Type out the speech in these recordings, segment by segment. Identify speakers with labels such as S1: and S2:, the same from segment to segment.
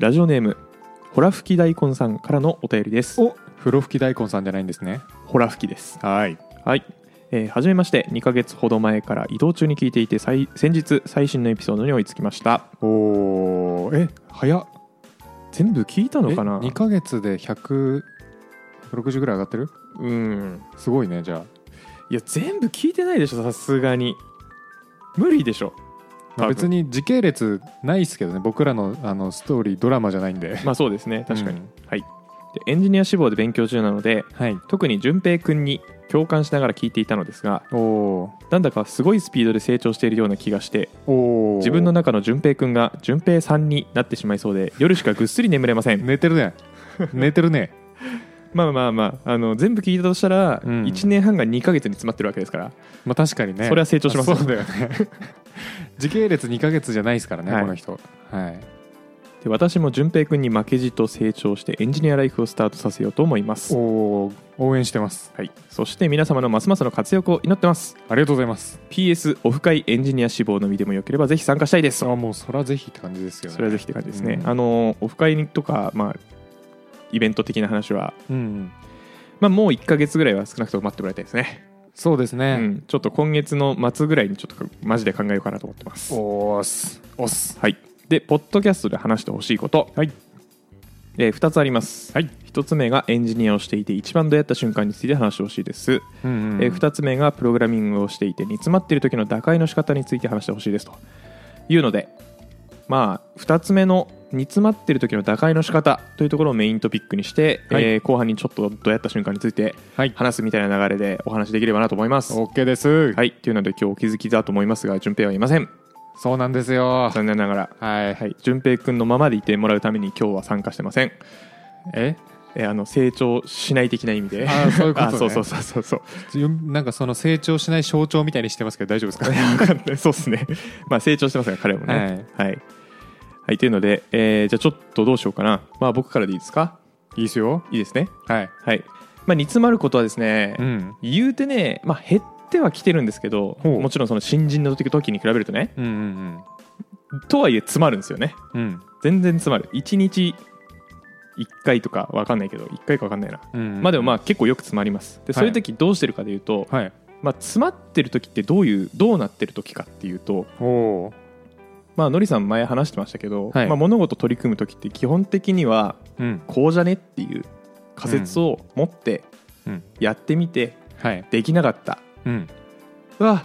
S1: ラジオネームホラ吹き大根さんからのお便りです
S2: お風呂吹き大根さんじゃないんですね
S1: ホラ吹きです
S2: はい
S1: はい、えー、はじめまして2ヶ月ほど前から移動中に聞いていて最先日最新のエピソードに追いつきました
S2: おーえ早っ
S1: 全部聞いたのかな
S2: 2ヶ月で160ぐらい上がってる
S1: うん
S2: すごいねじゃ
S1: いや全部聞いてないでしょさすがに無理でしょ
S2: あ、まあ
S1: 多分
S2: 別に時系列ないっすけどね僕らのあのストーリードラマじゃないんで
S1: まあそうですね確かに、
S2: うん
S1: はいでエンジニア志望で勉強中なので
S2: はい
S1: 特に淳平君に共感しながら聞いていたのですが
S2: おお
S1: なんだかすごいスピードで成長しているような気がして
S2: おお
S1: 自分の中の淳平君が淳平さんになってしまいそうで夜しかぐっすり眠れません
S2: 寝て るね寝てるね
S1: まあまあまああの全部聞いたとしたら、
S2: うん
S1: 1年半が2ヶ月に詰まってるわけですから、
S2: まあ確かに ね
S1: それは成長します
S2: そうだよね時系列2ヶ月じゃないですからね、
S1: はい
S2: この人はい
S1: で私も淳平君に負けじと成長してエンジニアライフをスタートさせようと思います、
S2: おー応援してます
S1: はい、そして皆様のますますの活躍を祈ってます
S2: ありがとうございます
S1: PS オフ会エンジニア志望のみでもよければぜひ参加したいです
S2: あもうそらぜひって感じですよね
S1: それはぜひって感じですね、
S2: うん
S1: あのオフ会とか、まあ、イベント的な話は、
S2: うんうん
S1: まあ、もう1ヶ月ぐらいは少なくとも待ってもらいたいですね、
S2: そうです
S1: う
S2: ね、
S1: ん、ちょっと今月の末ぐらいにちょっとマジで考えようかなと思ってます
S2: おーすおっす
S1: はい、でポッドキャストで話してほしいこと、
S2: はい
S1: え2つあります、
S2: はい
S1: 1つ目がエンジニアをしていて一番どうやった瞬間について話してほしいです、
S2: うんうん
S1: え2つ目がプログラミングをしていて煮詰まっている時の打開の仕方について話してほしいですというのでまあ2つ目の煮詰まっている時の打開の仕方というところをメイントピックにして、
S2: はい
S1: えー後半にちょっとどうやった瞬間について
S2: はい
S1: 話すみたいな流れでお話できればなと思います。
S2: OK です、
S1: はい、というので今日お気づきだと思いますが順平はいません
S2: そうなんですよ
S1: 残念ながら
S2: はい、
S1: はい、淳平君のままでいてもらうために今日は参加してません。
S2: え
S1: えーあの成長しない的な意味で。
S2: あーそういうことね
S1: あそうそうそう そうそう。
S2: よなんかその成長しない象徴みたいにしてますけど大丈夫ですか
S1: わかんないそうですね。まあ成長してますから彼もね。はい。はい。というので、えーじゃあちょっとどうしようかな。まあ僕からでいいですか。
S2: いいですよ
S1: いいですね。
S2: はい
S1: はい。まあ煮詰まることはですね、
S2: うん
S1: 言うてね、まあ減ってはきてるんですけど、
S2: ほう
S1: もちろんその新人の時時に比べるとね、
S2: うんうん
S1: とはいえ詰まるんですよね。
S2: うんうん
S1: 全然詰まる。一日一回とかわかんないけど、一回かわかんないな。
S2: うん
S1: まあでもまあ結構よく詰まりますで
S2: はい
S1: そういう時どうしてるかでいうと、
S2: あはい
S1: まあ、詰まってる時ってどういうどうなってる時かっていうと、
S2: おお
S1: まあのりさん前話してましたけど、
S2: はい
S1: まあ、物事取り組む時って基本的には
S2: うん
S1: こうじゃねっていう仮説を持って
S2: うん
S1: やってみて
S2: はい
S1: できなかった、
S2: うん
S1: うわ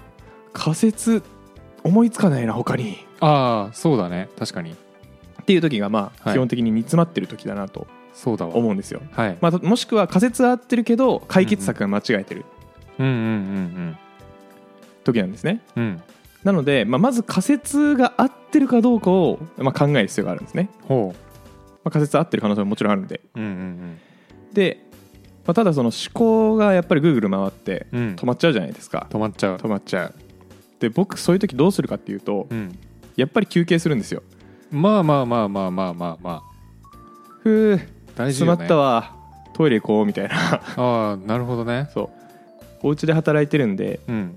S1: 仮説思いつかないな他に
S2: ああそうだね確かに
S1: っていう時がまあ
S2: はい
S1: 基本的に煮詰まってる時だなと
S2: そうだわ
S1: 思うんですよ、
S2: はい、
S1: まあ、もしくは仮説は合ってるけど解決策が間違えてる
S2: うんうんうん
S1: 時なんですね、
S2: うんうん
S1: なので、まあ、まず仮説が合ってるかどうかを、まあ、考える必要があるんですね、
S2: ほ
S1: まあ、仮説合ってる可能性ももちろんあるんで
S2: ううん
S1: で、まあ、ただその思考がやっぱりぐるぐる回って
S2: うんうん
S1: 止まっちゃうじゃないですか、
S2: 止まっちゃう
S1: 止まっちゃうで僕そういう時どうするかっていうと
S2: うん
S1: やっぱり休憩するんですよ
S2: まあまあまあまあまあまあま
S1: ふう
S2: あ大事
S1: 詰
S2: よ
S1: ま
S2: ね
S1: ったわトイレ行こうみたいな
S2: ああなるほどね
S1: そうお家で働いてるんで
S2: うん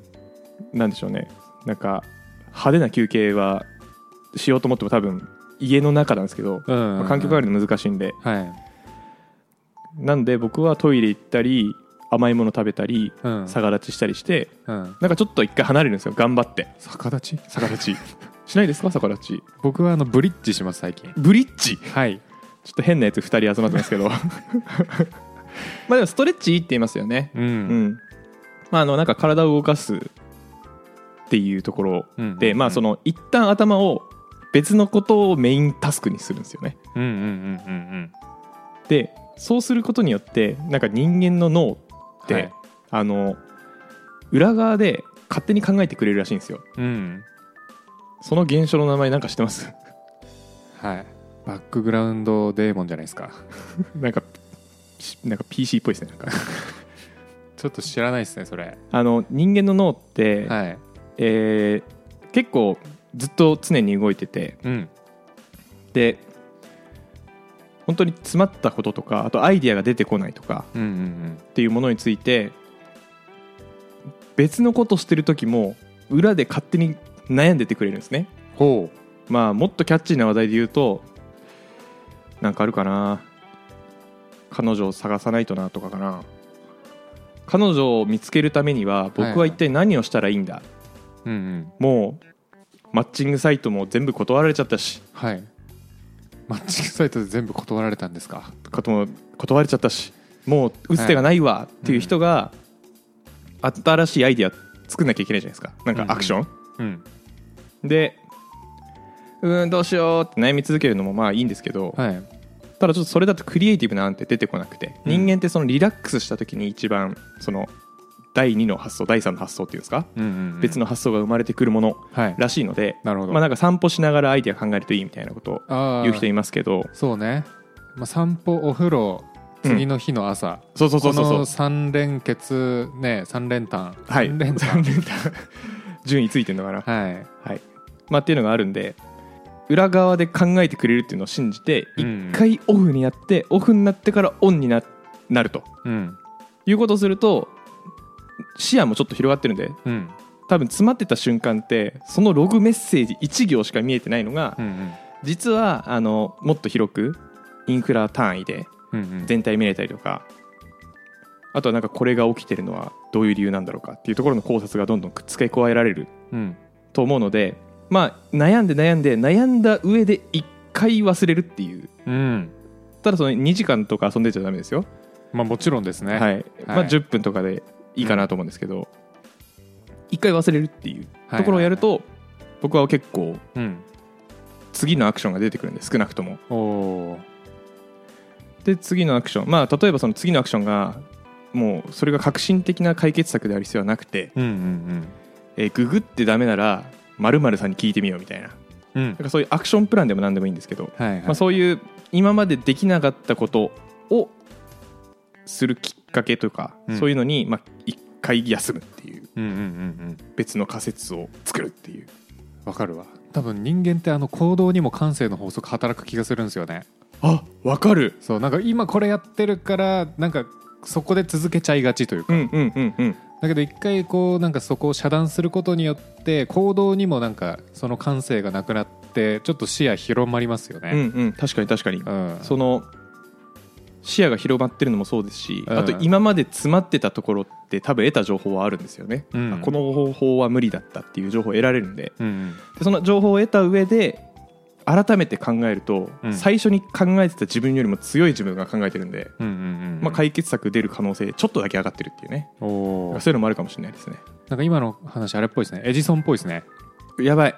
S1: なんでしょうねなんか派手な休憩はしようと思っても多分家の中なんですけど、
S2: うんうんう
S1: ま
S2: ん
S1: あ、環境があるの難しいんで
S2: はい
S1: なんで僕はトイレ行ったり甘いもの食べたり
S2: うん
S1: 逆立ちしたりして
S2: うん
S1: なんかちょっと一回離れるんですよ頑張って
S2: 逆立ち
S1: 逆立ちしないですか逆立ち
S2: 僕はあのブリッジします最近
S1: ブリッジちょ
S2: はい
S1: っと変なやつ2人集まってます けどまあでもストレッチいいって言いますよね
S2: う
S1: うん、
S2: ん
S1: まああのなんか体を動かすっていうところ
S2: うん
S1: で、まあその一旦頭を別のことをメインタスクにするんですよね
S2: うんうんうんうんうん
S1: でそうすることによってなんか人間の脳って、
S2: はい
S1: あの裏側で勝手に考えてくれるらしいんですよ
S2: うん
S1: その現象の名前なんか知ってます
S2: はいバックグラウンドデーモンじゃないですか
S1: なんかしなんか PC っぽいですねなんか
S2: ちょっと知らないですねそれ
S1: あの人間の脳って、
S2: はい
S1: えー結構ずっと常に動いてて
S2: うん
S1: で本当に詰まったこととかあとアイデアが出てこないとか
S2: うんうん
S1: っていうものについて別のことしてる時も裏で勝手に悩んでてくれるんですね
S2: うんほ
S1: まあもっとキャッチーな話題で言うとなんかあるかな彼女を探さないとなとかかな彼女を見つけるためには僕は一体何をしたらいいんだ、
S2: うんうん
S1: もうマッチングサイトも全部断られちゃったし
S2: はいマッチングサイトで全部断られたんですか
S1: かとも断れちゃったしもう打つ手がないわっていう人が新しいアイディア作んなきゃいけないじゃないですかなんかアクション、
S2: うん
S1: でうーんどうしようって悩み続けるのもまあいいんですけど、
S2: はい
S1: ただちょっとそれだとクリエイティブなんて出てこなくて、
S2: う
S1: 人
S2: ん
S1: 間ってそのリラックスした時に一番その第2の発想第3の発想っていうんですか、
S2: うんうんうん
S1: 別の発想が生まれてくるもの
S2: はい
S1: らしいので、
S2: なるほど
S1: まあ、なんか散歩しながらアイデア考えるといいみたいなことを
S2: ああ
S1: 言う人いますけど
S2: そうね、まあ、散歩お風呂
S1: うん
S2: 次の日の朝、
S1: そうそうそうそう
S2: こ
S1: そ
S2: の
S1: う
S2: 三連結ね三連単
S1: はい
S2: 三連
S1: 残
S2: 単
S1: 念だ 順位ついてんのかな、
S2: はい
S1: はいまあ、っていうのがあるんで裏側で考えてくれるっていうのを信じて
S2: うん
S1: 一回オフになってオフになってからオンにななると
S2: うん
S1: いうことをすると視野もちょっと広がってるんで
S2: うん
S1: 多分詰まってた瞬間ってそのログメッセージ1行しか見えてないのが、
S2: うんうん
S1: 実はあのもっと広くインフラ単位で
S2: うんうん
S1: 全体見れたりとかあとはなんかこれが起きてるのはどういう理由なんだろうかっていうところの考察がどんどん付け加えられる
S2: うん
S1: と思うのでまあ悩んで悩んで悩んだ上で1回忘れるっていう
S2: うん
S1: ただその2時間とか遊んでちゃダメですよ、
S2: まあもちろんですね、
S1: はいいまあ、
S2: はい
S1: 10分とかでいいかなと思うんですけど1回忘れるっていうところをやると僕は結構
S2: うん
S1: 次のアクションが出てくるんで少なくとも
S2: おおー
S1: で次のアクションまあ例えばその次のアクションがもうそれが革新的な解決策である必要はなくて、
S2: うんうん
S1: えーググってダメなら〇〇さんに聞いてみようみたいなな
S2: うんうん
S1: んかそういうアクションプランでも何でもいいんですけど、
S2: はいはい、
S1: まあ、そういう今までできなかったことをするきっかけというか、
S2: うん
S1: そういうのにまあ一回休むっていう
S2: うんうんうんうん
S1: 別の仮説を作るっていう
S2: わかるわ多分人間ってあの行動にも感性の法則働く気がするんですよね
S1: あわかる
S2: そうなんか今これやってるからなんかそこで続けちゃいがちというか、
S1: うんうんうんうん
S2: だけど一回こうなんかそこを遮断することによって行動にもなんかその感性がなくなってちょっと視野広まりますよ
S1: うん
S2: ね
S1: うん確かに確かに
S2: うん、うん、
S1: その視野が広まってるのもそうですし、
S2: うん
S1: あと今まで詰まってたところって多分得た情報はあるんですよね、
S2: うん
S1: あこの方法は無理だったっていう情報を得られるんで
S2: うん
S1: でその情報を得た上で改めて考えると、
S2: うん
S1: 最初に考えてた自分よりも強い自分が考えてるんで、
S2: うんうん
S1: まあ、解決策出る可能性ちょっとだけ上がってるっていうね
S2: おー
S1: そういうのもあるかもしれないですね
S2: なんか今の話あれっぽいですねエジソンっぽいですね
S1: やばい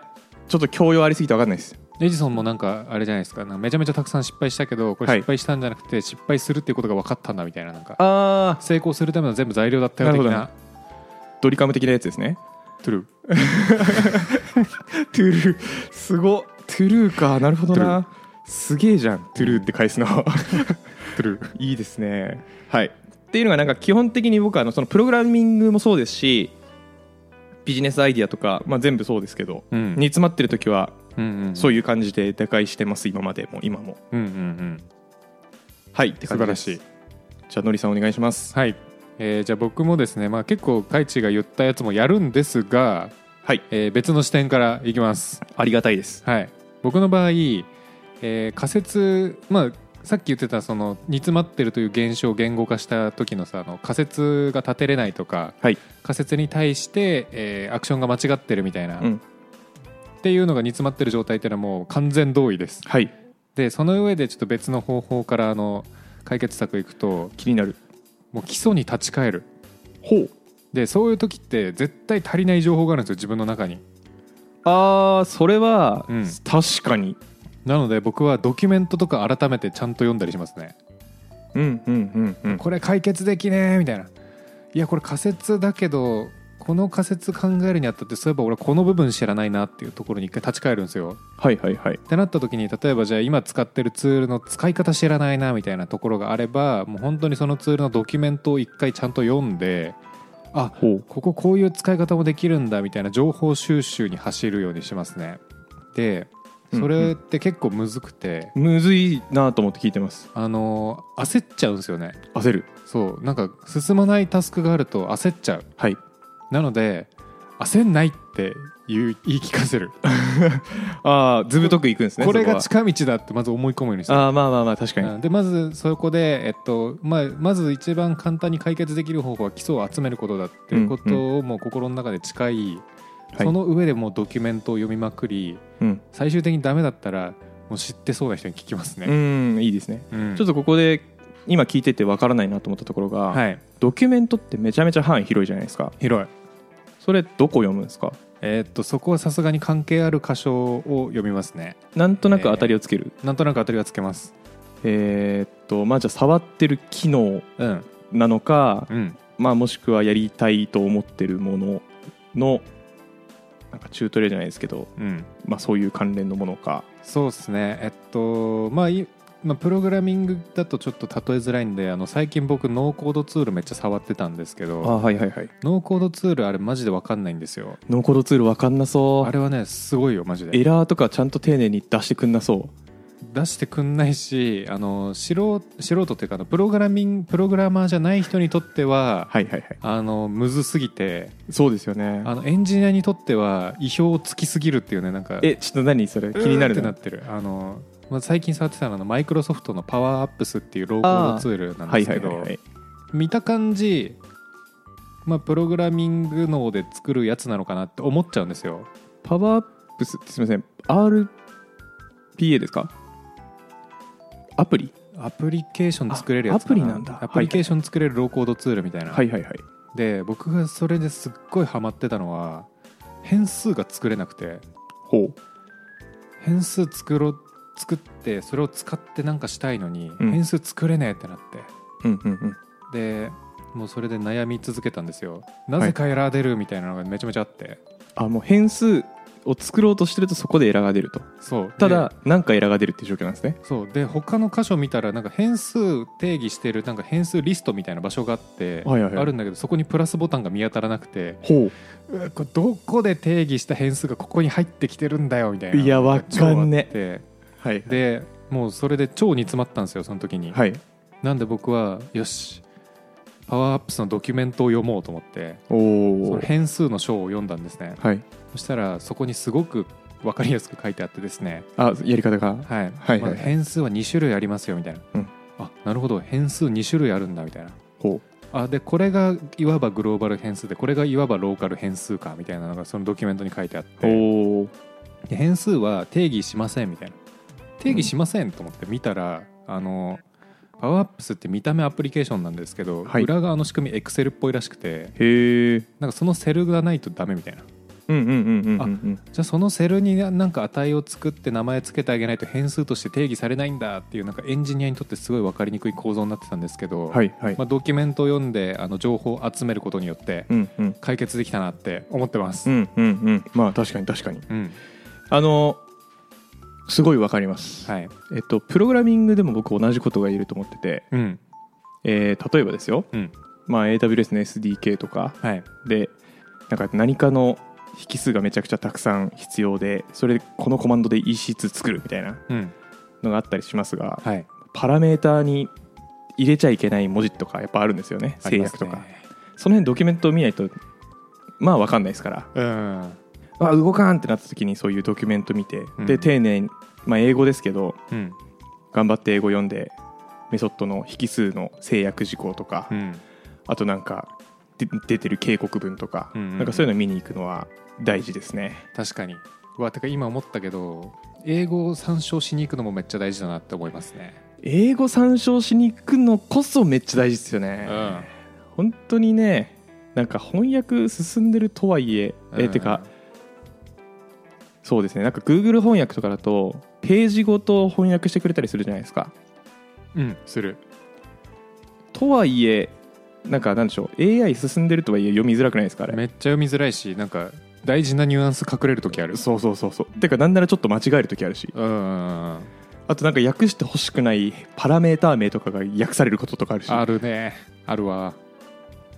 S1: ちょっと教養ありすぎて分かんないです
S2: エジソンもなんかあれじゃないですかなんかめちゃめちゃたくさん失敗したけどこれ
S1: はい
S2: 失敗したんじゃなくて失敗するっていうことが分かったんだみたいななんか
S1: あ
S2: 成功するための全部材料だったよ
S1: なる
S2: 的
S1: ほど
S2: な
S1: ドリカム的なやつですね
S2: トゥルー
S1: トゥルーすごっトゥルーかなるほど
S2: トゥル
S1: なすげえじゃんトゥルーって返すの
S2: トゥルー
S1: いいですねはいっていうのがなんか基本的に僕はあのそのプログラミングもそうですしビジネスアイディアとか、まあ、全部そうですけど、
S2: うん
S1: 煮詰まってる時は
S2: うんうん
S1: そういう感じで打開してます今までも今も
S2: うんうんうん
S1: はいって感じです
S2: 素晴らし
S1: じゃあのりさんお願いします
S2: はい、えーじゃあ僕もですね、まあ、結構カイチが言ったやつもやるんですが、
S1: はい
S2: えー別の視点からいきます、
S1: ありがたいです
S2: はい、僕の場合、えー仮説、まあ、さっき言ってたその煮詰まってるという現象を言語化した時のさあの仮説が立てれないとか
S1: はい
S2: 仮説に対して、えーアクションが間違ってるみたいな、
S1: う
S2: っ
S1: ん
S2: ていうのが煮詰まってる状態っていうのはもう完全同意です
S1: はい
S2: でその上でちょっと別の方法からあの解決策いくと
S1: 気になる
S2: もう基礎に立ち返る
S1: ほう
S2: でそういう時って絶対足りない情報があるんですよ自分の中に
S1: あーそれは、
S2: うん
S1: 確かに
S2: なので僕はドキュメントとか改めてちゃんと読んだりしますね
S1: うんうんうんうん
S2: これ解決できねえみたいないやこれ仮説だけどこの仮説考えるにあたってそういえば俺この部分知らないなっていうところに一回立ち返るんですよ
S1: はいはいはい
S2: ってなった時に例えばじゃあ今使ってるツールの使い方知らないなみたいなところがあればもう本当にそのツールのドキュメントを一回ちゃんと読んであ
S1: ほう
S2: こここういう使い方もできるんだみたいな情報収集に走るようにしますねで
S1: うん
S2: それって結構むずくて、
S1: むずいなと思って聞いてます
S2: あのー焦っちゃうんですよね
S1: 焦る
S2: そうなんか進まないタスクがあると焦っちゃう
S1: はい
S2: なので焦んないって言う言い聞かせる
S1: ああずぶとくいくんですね
S2: これが
S1: そ
S2: 近道だってまず思い込むようにす
S1: こ
S2: る
S1: はああまあまあまあ確かに、
S2: うんでまずそこで、えっとまあ、まず一番簡単に解決できる方法は基礎を集めることだっていうことをもう心の中で誓
S1: は
S2: い、
S1: い
S2: その上でもうドキュメントを読みまくり
S1: うん、
S2: 最終的にダメだったらもう知ってそうな人に聞きますね、
S1: うんいいですね、
S2: うん
S1: ちょっとここで今聞いててわからないなと思ったところが、
S2: はい
S1: ドキュメントってめちゃめちゃ範囲広いじゃないですか
S2: 広い
S1: それどこ読むんですか
S2: えっとそこはさすがに関係ある箇所を読みますね
S1: なんとなく当たりをつける
S2: なんとなく当たりがつけます
S1: えーっとまあじゃあ触ってる機能
S2: うん
S1: なのか、
S2: うん
S1: まあ、もしくはやりたいと思ってるもののなんかチュートリアルじゃないですけど、
S2: うん
S1: まあ、そういう関連のものか
S2: そうですねえっとまあいまあ、プログラミングだとちょっと例えづらいんであの最近僕ノーコードツールめっちゃ触ってたんですけど
S1: あはいはいはい
S2: ノーコードツールあれマジで分かんないんですよ
S1: ノーコードツール分かんなそ
S2: あ
S1: う
S2: れはねすごいよマジ
S1: エ
S2: で
S1: ラーとかちゃんと丁寧に出してくんなそ
S2: 出してくんないしあの素人素人っていうかあのプログラミングプログラマーじゃない人にとって
S1: う
S2: は
S1: はいはいはい
S2: あのむずすぎて
S1: そうですよね
S2: あのエンジニアにとっては意表をつきすぎるっていうねなんか
S1: えちょっと何それ気になる
S2: うーん
S1: な
S2: ってなってるあの、まあ、最近触ってたのはマイクロソフトのパワーアップスっていうローコードツールなん
S1: は
S2: で
S1: い
S2: す
S1: は
S2: け
S1: い
S2: ど、
S1: はいはい
S2: 見た感じ、まあ、プログラミング脳で作るやつなのかなって思っちゃうんですよ
S1: パワーアップスってすみません RPA ですかアプリ
S2: アプリケーション作れるやつか
S1: あアプリなんだ
S2: アプリケーション作れるローコードツールみたいな、
S1: はいはいはい
S2: で僕がそれですっごいハマってたのは変数が作れなくて
S1: ほ
S2: 変数作ろ作ってそれを使ってなんかしたいのに、
S1: ん
S2: 変数作れねえってなって
S1: ううんうんうん
S2: でもうそれで悩み続けたんですよなぜかエラー出るみたいなのがめちゃめちゃあって、
S1: あもう変数を作ろうとしてるとそこでエラーが出ると
S2: そう
S1: ただなんかエラーが出るっていう状況なんですね
S2: でそうで他の箇所見たらなんか変数定義してるなんか変数リストみたいな場所があって、
S1: はいはいはい
S2: あるんだけどそこにプラスボタンが見当たらなくて
S1: ほ
S2: うわこれどこで定義した変数がここに入ってきてるんだよみたいない
S1: いやわかんね
S2: え
S1: はい
S2: でもうそれで超煮詰まったんですよその時に、
S1: はい
S2: なんで僕はよしパワーアップスのドキュメントを読もうと思って
S1: お
S2: その
S1: お
S2: 変数の章を読んだんですね
S1: はい
S2: そしたらそこにすごく分かりやすく書いてあってですね、
S1: あやり方が
S2: はい
S1: はい
S2: まあ変数は2種類ありますよみたいな、
S1: うん
S2: あなるほど変数2種類あるんだみたいな
S1: ほ
S2: あでこれがいわばグローバル変数でこれがいわばローカル変数かみたいなのがそのドキュメントに書いてあっ
S1: う
S2: て
S1: おお
S2: で変数は定義しませんみたいな定義しませんと思って見たら、あのパワーアップスって見た目アプリケーションなんですけど、
S1: はい
S2: 裏側の仕組みエクセルっぽいらしくて
S1: へえ
S2: なんかそのセルがないとダメみたいな
S1: うんうんうんうんうんうん
S2: じゃあそのセルになんか値を作って名前つけてあげないと変数として定義されないんだっていうなんかエンジニアにとってすごい分かりにくい構造になってたんですけど、
S1: はいはい
S2: まあ、ドキュメントを読んであの情報を集めることによって
S1: うんうん
S2: 解決できたなって思ってます
S1: う。んうんうんまあ確かに確かに
S2: うん
S1: あのすごいわかります
S2: はい
S1: えっとプログラミングでも僕同じことが言えると思ってて
S2: うん
S1: えー例えばですよ、
S2: うん
S1: まあ、AWS の SDK とか
S2: はい
S1: でなんか何かの引数がめちゃくちゃたくさん必要でそれでこのコマンドで EC2 作るみたいな
S2: うん
S1: のがあったりしますが
S2: はい、
S1: パラメーターに入れちゃいけない文字とかやっぱあるんですよね制約とか、
S2: ありますね
S1: その辺ドキュメントを見ないとまあ分かんないですから
S2: うん
S1: あ動かんってなった時にそういうドキュメント見て、
S2: うん
S1: で丁寧に、まあ、英語ですけど
S2: うん
S1: 頑張って英語読んでメソッドの引数の制約事項とか、
S2: うん
S1: あとなんかで出てる警告文とか、
S2: うんうんうん
S1: なんかそういうの見に行くのは大事ですね
S2: 確かにうわてか今思ったけど英語を参照しに行くのもめっちゃ大事だなって思いますね。
S1: 英語参照しに行くのこそめっちゃ大事ですよね、
S2: うん
S1: 本当にねなんか翻訳進んでるとはいえ、え
S2: うん
S1: てかそうですねなんか Google 翻訳とかだとページごと翻訳してくれたりするじゃないですか
S2: うんする
S1: とはいえなんかなんでしょう AI 進んでるとはいえ読みづらくないですかあれ
S2: めっちゃ読みづらいしなんか大事なニュアンス隠れる時ある
S1: そうそうそうそうてかなんならちょっと間違える時あるし
S2: うんうんうん
S1: あとなんか訳してほしくないパラメーター名とかが訳されることとかあるし
S2: あるねあるわ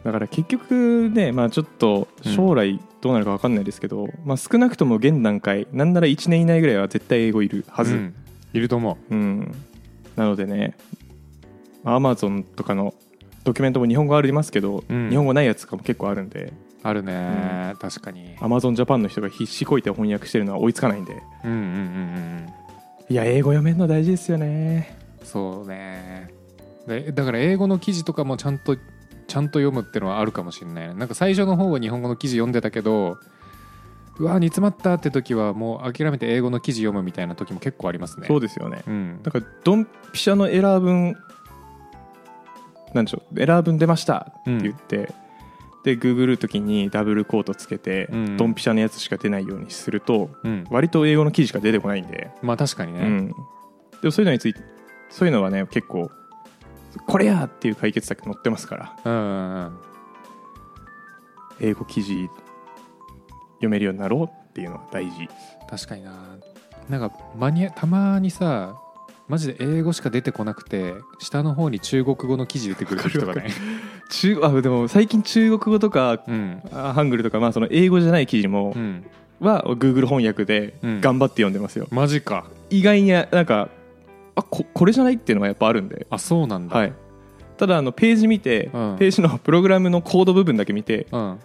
S1: だから結局ね、まあ、ちょっと将来どうなるか分かんないですけど、まあ、少なくとも現段階なんなら1年以内ぐらいは絶対英語いるはず、
S2: う
S1: うん
S2: んいると思
S1: なのでねアマゾンとかのドキュメントも日本語ありますけど、
S2: うん
S1: 日本語ないやつとかも結構あるんで
S2: あるね、確かに
S1: Amazon Japan の人が必死こいて翻訳してるのは追いつかないんで
S2: うんうんうんうん
S1: いや英語読めるの大事ですよね
S2: そうねでだから英語の記事とかもちゃんとちゃんと読むってのはあるかもしれないねなんか最初の方は日本語の記事読んでたけどうわ煮詰まったって時はもう諦めて英語の記事読むみたいな時も結構ありますね
S1: そうですよね
S2: うん
S1: だからドンピシャのエラー分なんでしょうエラー分出ましたって言って、でググるときにダブルコートつけて、
S2: うん
S1: ドンピシャのやつしか出ないようにすると
S2: うん、
S1: 割と英語の記事しか出てこないんで、
S2: まあ確かにね、
S1: うん、でもそういうのについてそういうのはね結構これやっていう解決策載ってますから
S2: うんうんうん
S1: 英語記事読めるようになろうっていうのは大事
S2: 確かにななんかマニアたまにさマジで英語しか出てこなくて下の方に中国語の記事出てくる時とか
S1: わかる
S2: ね、
S1: 中あでも最近中国語とか
S2: うん
S1: あハングルとか、まあ、その英語じゃない記事も、
S2: うん、
S1: は Google 翻訳で
S2: うん
S1: 頑張って読んでますよ、
S2: マジか
S1: 意外になんかあここれじゃないっていうのはやっぱあるんで、
S2: あそうなんだ、
S1: はい、ただあのページ見て、
S2: うん
S1: ページのプログラムのコード部分だけ見て
S2: うんうん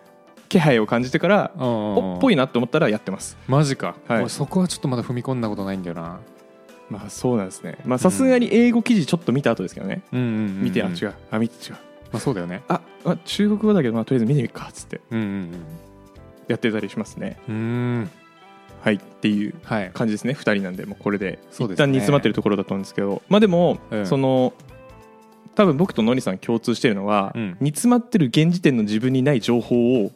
S1: 気配を感じてから、
S2: うんうん
S1: おっぽいなと思ったらやってます
S2: マジか、
S1: はい
S2: 俺そこはちょっとまだ踏み込んだことないんだよな
S1: まあそうなんですねまあさすがに英語記事ちょっと見た後ですけどね、
S2: うんうんうんうん
S1: 見てあ違うあ見て違う
S2: まあ、そうだよね
S1: ああ中国語だけど、まあ、とりあえず見てみっかっつって
S2: うん
S1: やってたりしますね
S2: うんうんうーん
S1: はいっていう
S2: はい
S1: 感じですね2人なんでもうこれで
S2: そう
S1: 一
S2: ですね
S1: 旦煮詰まってるところだったんですけどまあでも、
S2: うん
S1: その多分僕とのりさん共通してるのは、
S2: うん
S1: 煮詰まってる現時点の自分にない情報を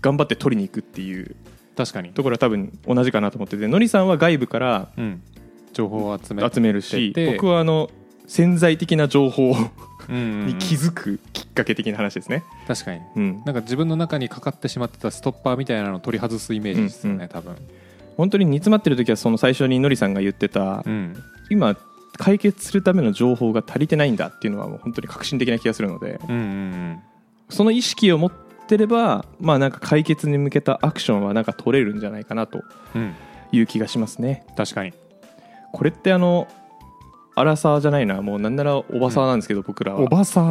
S1: 頑張って取りに行くっていう
S2: 確かに
S1: ところは多分同じかなと思っててのりさんは外部から
S2: うん情報を集め
S1: 集めるし
S2: で
S1: 僕はあの潜在的な情報
S2: うんうんうん
S1: に気づくきっかけ的な話ですね。
S2: 確かに
S1: うん、
S2: なんか自分の中にかかってしまってたストッパーみたいなのを取り外すイメージですよね、
S1: うんうん
S2: 多分
S1: 本当に煮詰まってる時はその最初にのりさんが言ってた
S2: うん
S1: 今解決するための情報が足りてないんだっていうのはもう本当に革新的な気がするので
S2: うんうん
S1: その意識を持ってればまあなんか解決に向けたアクションはなんか取れるんじゃないかなと
S2: うんうん
S1: いう気がしますね
S2: 確かに
S1: これってあのアラサーじゃないなもうなんならおばさーなんですけど、僕らは
S2: おばさ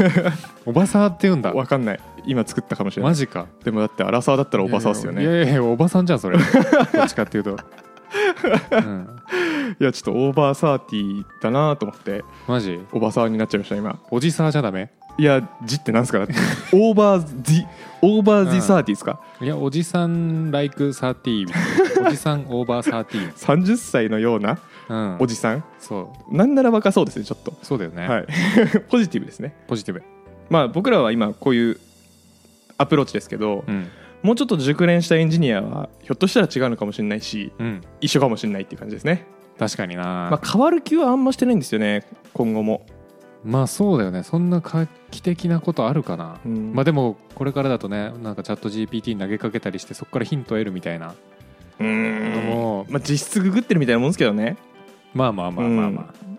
S2: ー おばさーって言うんだ
S1: わかんない今作ったかもしれな
S2: マ
S1: い
S2: ジか
S1: でもだってアラサーだったらおばさーっすよねい
S2: い
S1: や
S2: やいやいやおばさんじゃんそ れどっちかっていうと、うん、
S1: ちょっとオーバーサーティーだなと思って
S2: マジ
S1: おばさーになっちゃいました今
S2: おじさーじゃダメ
S1: いや「じ」ってなんす かだってオーバー「じ」オーバー「
S2: う
S1: じ」
S2: ん
S1: サーティーですか、
S2: いやおじさん like 30みたいなおじさんオーバー30、
S1: 30歳のような
S2: うん、
S1: おじさん、
S2: そう
S1: なんなら若そうですねちょっと、
S2: そうだよね、
S1: はい ポジティブですね
S2: ポジティブ、
S1: まあ僕らは今こういうアプローチですけど、
S2: うん
S1: もうちょっと熟練したエンジニアはひょっとしたら違うのかもしれないし
S2: うん、
S1: 一緒かもしれないっていう感じですね、
S2: 確かにな、
S1: ま
S2: ま
S1: あ、変わる気はあんましてないんですよね今後も、
S2: あそうだよねそんな画期的なことあるかな、
S1: うん
S2: まあでもこれからだとねなんかチャット GPT に投げかけたりしてそこからヒントを得るみたいな
S1: うーん
S2: もう
S1: まあ、実質ググってるみたいなもんですけどね
S2: まあまあまあまあまあ、
S1: うん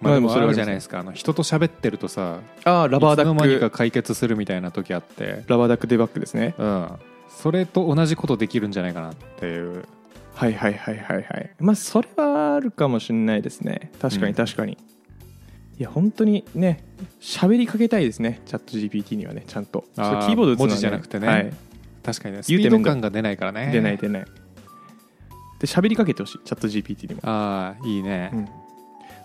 S2: まあで
S1: まあでも
S2: も
S1: そ
S2: そ
S1: れ
S2: れ
S1: は
S2: あるじゃないですかあの人と喋ってるとさ
S1: ああラバーダ
S2: いつの間に
S1: ッ
S2: か
S1: ク
S2: 解決するみたいな時あって、
S1: ラバーダックデバッグですね
S2: うん、それと同じことできるんじゃないかなっていう
S1: はいはいはいはいはいまあそれはあるかもしれないですね確か
S2: う
S1: に
S2: ん
S1: 確かに、いや本当にね喋りかけたいですねチャット GPT にはねちゃんとちょ
S2: あー
S1: っとキーボード打つのは、
S2: 文字じゃなくてね
S1: はい、
S2: 確かにねスピ
S1: 言うても
S2: ード
S1: んだ
S2: 感が出ないからね
S1: 出ない出ないで喋りかけてほしいチャット GPT にも、
S2: ああいいね
S1: うん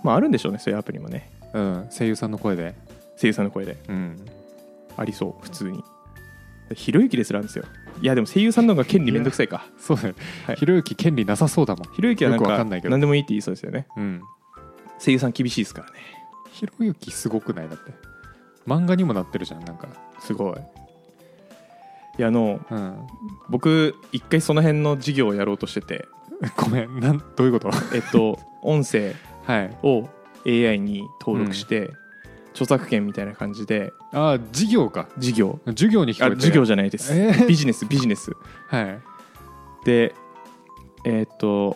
S1: まああるんでしょうねそういうアプリもね
S2: うん、声優さんの声で
S1: 声優さんの声で
S2: うん
S1: ありそう普通にひろゆきですらあるんですよいやでも声優さんの方が権利めんどくさいか
S2: そうだね
S1: はい
S2: ひろゆき権利なさそうだもん
S1: ひろゆきはなん
S2: よく
S1: か
S2: わかんないけど
S1: 何でもいいって言いそうですよね
S2: うん
S1: 声優さん厳しいですからね
S2: ひろゆきすごくないだって漫画にもなってるじゃんなんか
S1: すごいいやあの
S2: うん
S1: 僕一回その辺の事業をやろうとして て
S2: ごめんなんどういうこと
S1: えっと音声
S2: はい
S1: を AI に登録して、著作権みたいな感じで
S2: ああ事業か
S1: 事業
S2: 授業に聞こえ
S1: あ
S2: てる
S1: 事業じゃないです、
S2: えー
S1: ビジネスビジネス
S2: はい
S1: でえっと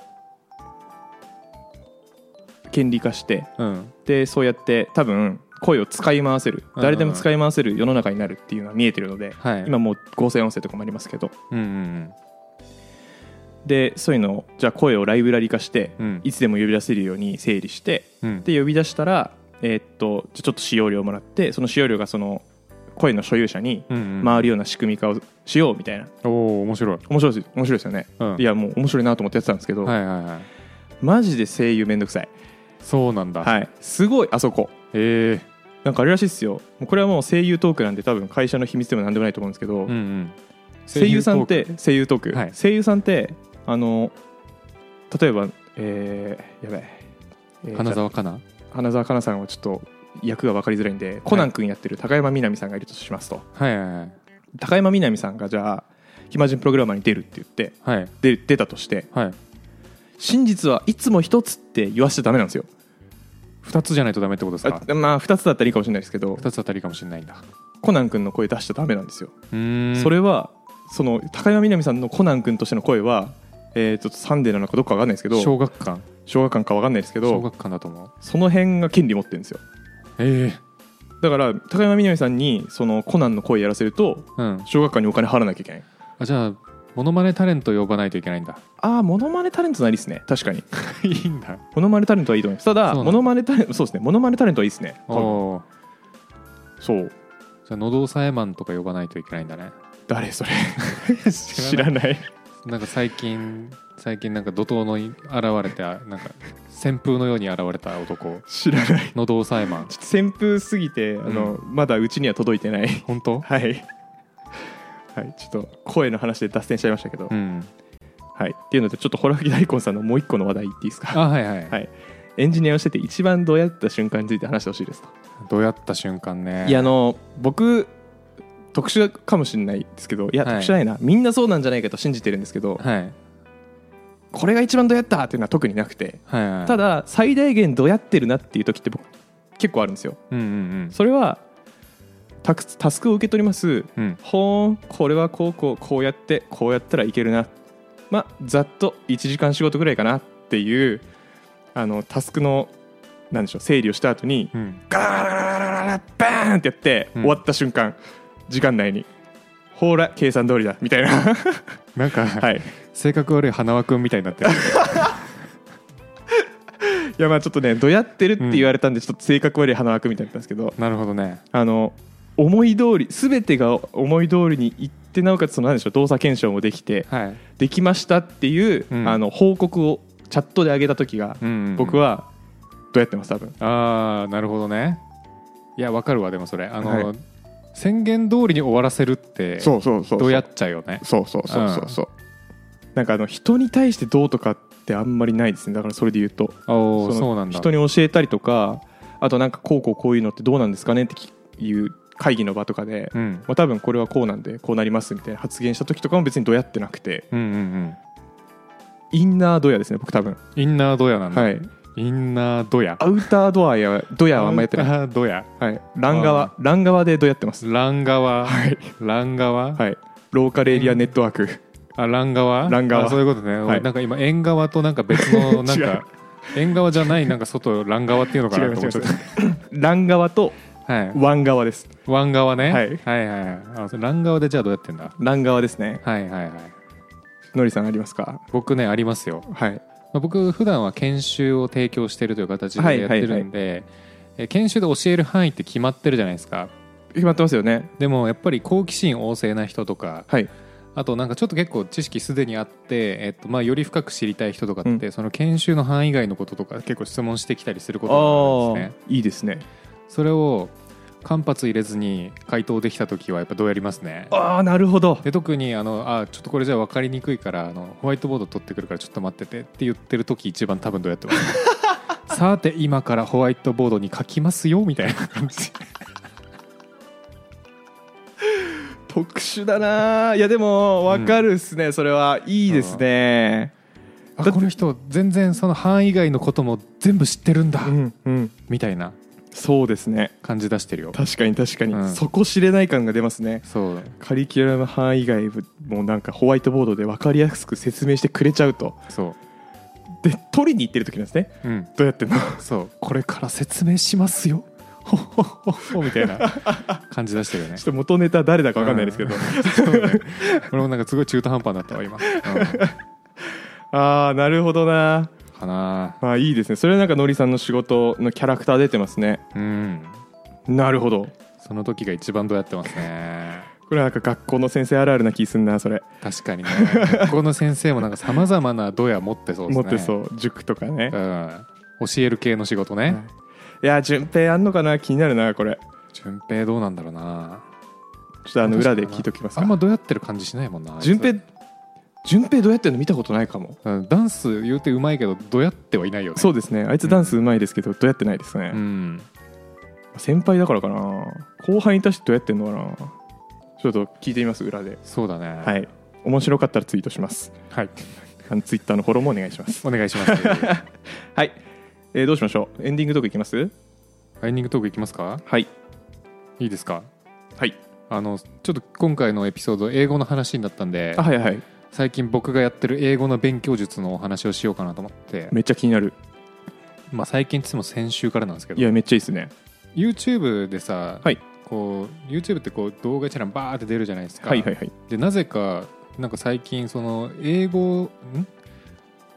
S1: 権利化して
S2: うん
S1: でそうやって多分声を使い回せる
S2: うん
S1: 誰でも使い回せる世の中になるっていうのは見えてるので、
S2: はい
S1: 今もう合成音声とかもありますけど
S2: うんうん
S1: でそういうのをじゃあ声をライブラリ化して、
S2: うん
S1: いつでも呼び出せるように整理して
S2: うんうん
S1: で呼び出したら、えーっとじゃあちょっと使用料もらってその使用料がその声の所有者に
S2: うんうん
S1: 回るような仕組み化をしようみたいな
S2: おお面白い、
S1: 面白いです面白いですよね、
S2: うん、
S1: いやもう面白いなと思ってやってたんですけど、
S2: はいはいはい
S1: マジで声優めんどくさい、
S2: そうなんだ、
S1: はい、すごいあそこ
S2: え
S1: なんかあれらしいですよもうこれはもう声優トークなんで多分会社の秘密でも何でもないと思うんですけど、
S2: えうんうん
S1: 声優さんって声優トーク、
S2: はい
S1: 声優さんってあの例えばえー、やばい、えー
S2: 花
S1: じゃ
S2: 澤香菜
S1: あ花澤香菜さんはちょっと役が分かりづらいんで、コナン君やってる高山みなみさんがいるとしますと
S2: はいはいはい
S1: 高山みなみさんがじゃあ暇人プログラマーに出るって言って
S2: はい
S1: で出たとして
S2: はい
S1: 真実はいつも一つって言わせちゃダメなんですよ
S2: 2つじゃないとダメってことですか
S1: あまあ2つだったらいいかもしれないですけど
S2: 2つあたりかもしれないんだ
S1: コナン君の声出しちゃダメなんですよ
S2: うーん
S1: それはその高山みなみさんのコナン君としての声は、えー、とサンデーなのかどっか分かんないですけど
S2: 小学館
S1: 小学館か分かんないですけ
S2: 小
S1: ど
S2: 学館だと思う
S1: その辺が権利持ってるんですよ
S2: ええ
S1: だから高山みなみさんにそのコナンの声やらせると
S2: うん
S1: 小学館にお金払わなきゃいけない
S2: あじゃあモノマネタレント呼ばないといけないんだ
S1: ああモノマネタレントなりですね確かに
S2: いいんだ
S1: モノマネタレントはいいと思いますただ
S2: そうなん
S1: モ
S2: だ
S1: ノマネタレントそうですねモノマネタレントはいいですね
S2: お
S1: 多分
S2: おー
S1: そう
S2: じゃあのどさえマンとか呼ばないといけないんだね
S1: 誰それ知
S2: 知
S1: ら
S2: い
S1: ない
S2: なんか最近最近なんか怒涛のい現れたなんか旋風のように現れた男
S1: 知らない
S2: のどさえマン
S1: ちょっと旋風すぎてあの、まだうちには届いてない
S2: 本当
S1: はい。はい、ちょっと声の話で脱線しちゃいましたけど、
S2: うん
S1: はい。っていうので、ちょっとホラ吹き大根さんのもう一個の話題言っていいですか。
S2: あはいはい、
S1: はいエンジニアをしてて一番どうやった瞬間について話してほしいですと。
S2: どうやった瞬間ね
S1: いや、あの、僕、特殊かもしれないですけど、いや、
S2: はい
S1: 特殊ないな、みんなそうなんじゃないかと信じてるんですけど、
S2: はい
S1: これが一番どうやったっていうのは特になくて、
S2: はいはい
S1: た
S2: だ
S1: だ、最大限どうやってるなっていう時って僕、結構あるんですよ。
S2: うんうん
S1: それは、タクタスクを受け取ります、
S2: うんうん
S1: ほーんこれはこうこうこうやってこうやったらいけるなまあざっと1時間仕事ぐらいかなっていうあのタスクのなんでしょう整理をした後に
S2: うん
S1: ガラガラガラガラガラバーンってやって、
S2: うん
S1: 終わった瞬間時間内にほら計算通りだみたいなは
S2: なんか、
S1: い
S2: 性格悪い花輪君みたいに なってる
S1: いやまあちょっとねどやってるって言われたんでちょっと性格悪い花枠みたいだったんですけど、
S2: なるほどね
S1: あの思い通り全てが思い通りにいってなおかつその何でしょう動作検証もできて、
S2: はい、
S1: できましたっていう、
S2: うん
S1: あの報告をチャットで上げた時が、
S2: うんうんうん
S1: 僕はどうやってます多分
S2: ああなるほどねいやわかるわでもそれあの、
S1: は
S2: 宣言通りに終わらせるって
S1: うそうそ
S2: どうやっちゃうよね
S1: そうそうそうそうそうなんかあの人に対してどうとかってあんまりないですねだからそれで言うと
S2: おお
S1: の
S2: そうなんだ
S1: 人に教えたりとかあとなんかこうこうこういうのってどうなんですかねっていう会議の場とかで、
S2: うん、
S1: まあ、多分これはこうなんでこうなりますみたいな発言した時とかも別にどうやってなくて
S2: うんうんうん
S1: インナードヤですね僕多分
S2: インナードヤなんだ、
S1: はい
S2: インナードヤ
S1: アウタードアやドヤはあんまやってない、
S2: アウタードヤ
S1: はい、欄
S2: あ
S1: 側欄側でどうやってます
S2: ラン側
S1: はい、
S2: ラン側、
S1: はい、ローカルエリアネットワーク、
S2: あラン側
S1: ラン側
S2: あそういうことね、
S1: はい
S2: なんか今縁側となんか別のなん
S1: 違う
S2: か縁側じゃないなんか外ラン側っていうのかなと思っちゃっ
S1: 違い 欄側と
S2: たはい
S1: 湾側です
S2: ワン側ね、
S1: はい
S2: はいはいはいあそうラン側でじゃあどうやってんだ
S1: 欄側ですね
S2: はいはいはい
S1: のりさんありますか
S2: 僕ねありますよ
S1: はい
S2: まあ、僕普段は研修を提供してるという形
S1: は
S2: で
S1: い
S2: やっ
S1: はい
S2: てるんで、えー研修で教える範囲って決まってるじゃないですか
S1: 決まってますよね
S2: でもやっぱり好奇心旺盛な人とか
S1: はい
S2: あとなんかちょっと結構知識すでにあって、えっと、まあより深く知りたい人とかって、
S1: う
S2: その研修の範囲外のこととか結構質問してきたりする
S1: あ
S2: ことがあるんですね
S1: ーいいですね
S2: それを間髪入れずに回答できた時はやっぱどうやりますね
S1: ああなるほど
S2: で特にあのあちょっとこれじゃ分かりにくいからあのホワイトボード取ってくるからちょっと待っててって言ってる時一番多分どうやってま すさて今からホワイトボードに書きますよみたいな感じ
S1: 特殊だなーいやでもわかるっすね、それはいいですねだ
S2: あ
S1: って
S2: この人全然その範囲以外のことも全部知ってるんだ、
S1: うんうん
S2: みたいな
S1: そうですね
S2: 感じ出してるよ
S1: 確かに確かに、
S2: うん
S1: そこ知れない感が出ますね
S2: そう
S1: カリキュラム範囲以外もなんかホワイトボードで分かりやすく説明してくれちゃうと
S2: そ
S1: で取りに行ってる時なんですね
S2: ううん
S1: どうやってんの
S2: そうこれから説明しますよほほほほ みたいな感じ出してるよね
S1: ちょっと元ネタ誰だか分かんないですけど、
S2: そうね俺もなんかすごい中途半端になったわ今、うん
S1: ああなるほどな
S2: かな
S1: あーいいですねそれはなんかのりさんの仕事のキャラクター出てますね
S2: うん
S1: なるほど
S2: その時が一番どうやってますね
S1: これはなんか学校の先生あるあるな気すんなそれ
S2: 確かにね学校の先生もなんかさまざまなドヤ持ってそうです
S1: 持
S2: ね
S1: ってそう塾とかね
S2: う、ん、教える系の仕事ね、
S1: いや順平あんのかな気になるなこれ
S2: 順平どうなんだろうな
S1: ちょっとあの裏で聞いときます
S2: あん
S1: か
S2: まどうやってる感じしないもんな
S1: 順平順平どうやってんの見たことないかも
S2: うんダンス言うてうまいけどどうやってはいないよね
S1: そうですねあいつダンスうまいですけどどうやってないですね、
S2: うん
S1: 先輩だからかな後輩に対してどうやってんのかなちょっと聞いてみます裏で
S2: そうだね、
S1: はいい面白かったらツイートします
S2: はい、
S1: あのツイッターのフォローもお願いします
S2: お願いします
S1: はい、えーどうしましょうエンディングトークいきます
S2: ライニングトークいきますか
S1: はい
S2: いいですか
S1: はい
S2: あのちょっと今回のエピソード英語の話になったんで
S1: あはいはい
S2: 最近僕がやってる英語の勉強術のお話をしようかなと思って、
S1: めっちゃ気になる
S2: まあ、最近っつっても先週からなんですけ
S1: い
S2: ど
S1: やめっちゃいいですね
S2: YouTube でさ、
S1: はい
S2: こう YouTube ってこう動画一覧バーって出るじゃないですか、
S1: はいはいはい
S2: でなぜかなんか最近その英語ん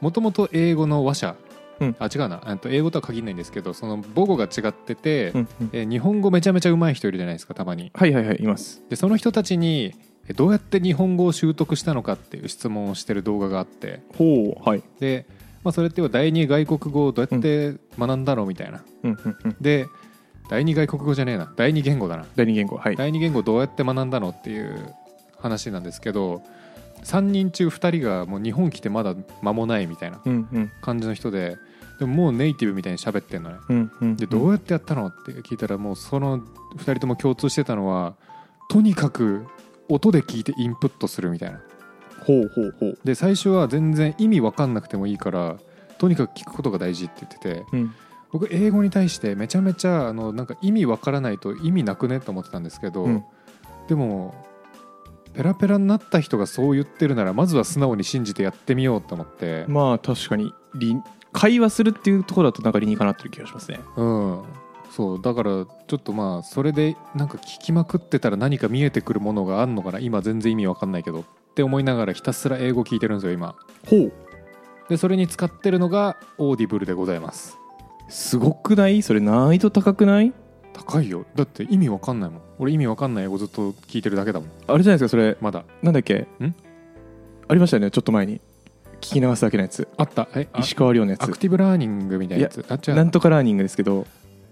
S2: もともと英語の話者、
S1: うん
S2: あ違うなえっと英語とは限らないんですけどその母語が違ってて、
S1: うんうん
S2: えー日本語めちゃめちゃ上手い人いるじゃないですかたまに
S1: はいはいはいいます
S2: でその人たちにえどうやって日本語を習得したのかっていう質問をしてる動画があって
S1: ほうはい
S2: で、まあ、それっては第二外国語をどうやって学んだろうみたいな、
S1: うんうんうん
S2: で第二外国語じゃねえな第二言語だな
S1: 第二言語はい
S2: 第二言語どうやって学んだのっていう話なんですけど3人中2人がもう日本来てまだ間もないみたいな
S1: うんうん
S2: 感じの人ででももうネイティブみたいに喋ってんのね
S1: うんうん
S2: でどうやってやったのって聞いたらもうその2人とも共通してたのはとにかく音で聞いてインプットするみたいな
S1: ほうほうほう
S2: で最初は全然意味わかんなくてもいいからとにかく聞くことが大事って言ってて
S1: うん
S2: 僕英語に対してめちゃめちゃあのなんか意味わからないと意味なくねと思ってたんですけど、
S1: うん
S2: でもペラペラになった人がそう言ってるならまずは素直に信じてやってみようと思って、
S1: まあ確かに理会話するっていうところだとなんか理にかなってる気がしますね
S2: うん、そうだからちょっとまあそれでなんか聞きまくってたら何か見えてくるものがあんのかな今全然意味わかんないけどって思いながらひたすら英語聞いてるんですよ今
S1: ほう
S2: でそれに使ってるのがオーディブルでございます
S1: すごくないそれ難易度高くない
S2: 高いよだって意味わかんないもん俺意味わかんない英語ずっと聞いてるだけだもん
S1: あれじゃないですかそれ
S2: まだ
S1: なんだっけ
S2: ん
S1: ありましたよねちょっと前に聞き流すだけのやつ
S2: あったえあ
S1: 石川遼のや
S2: アク
S1: つ
S2: ティブラーニングみたいなやつあ違う
S1: なんとかラーニングですけど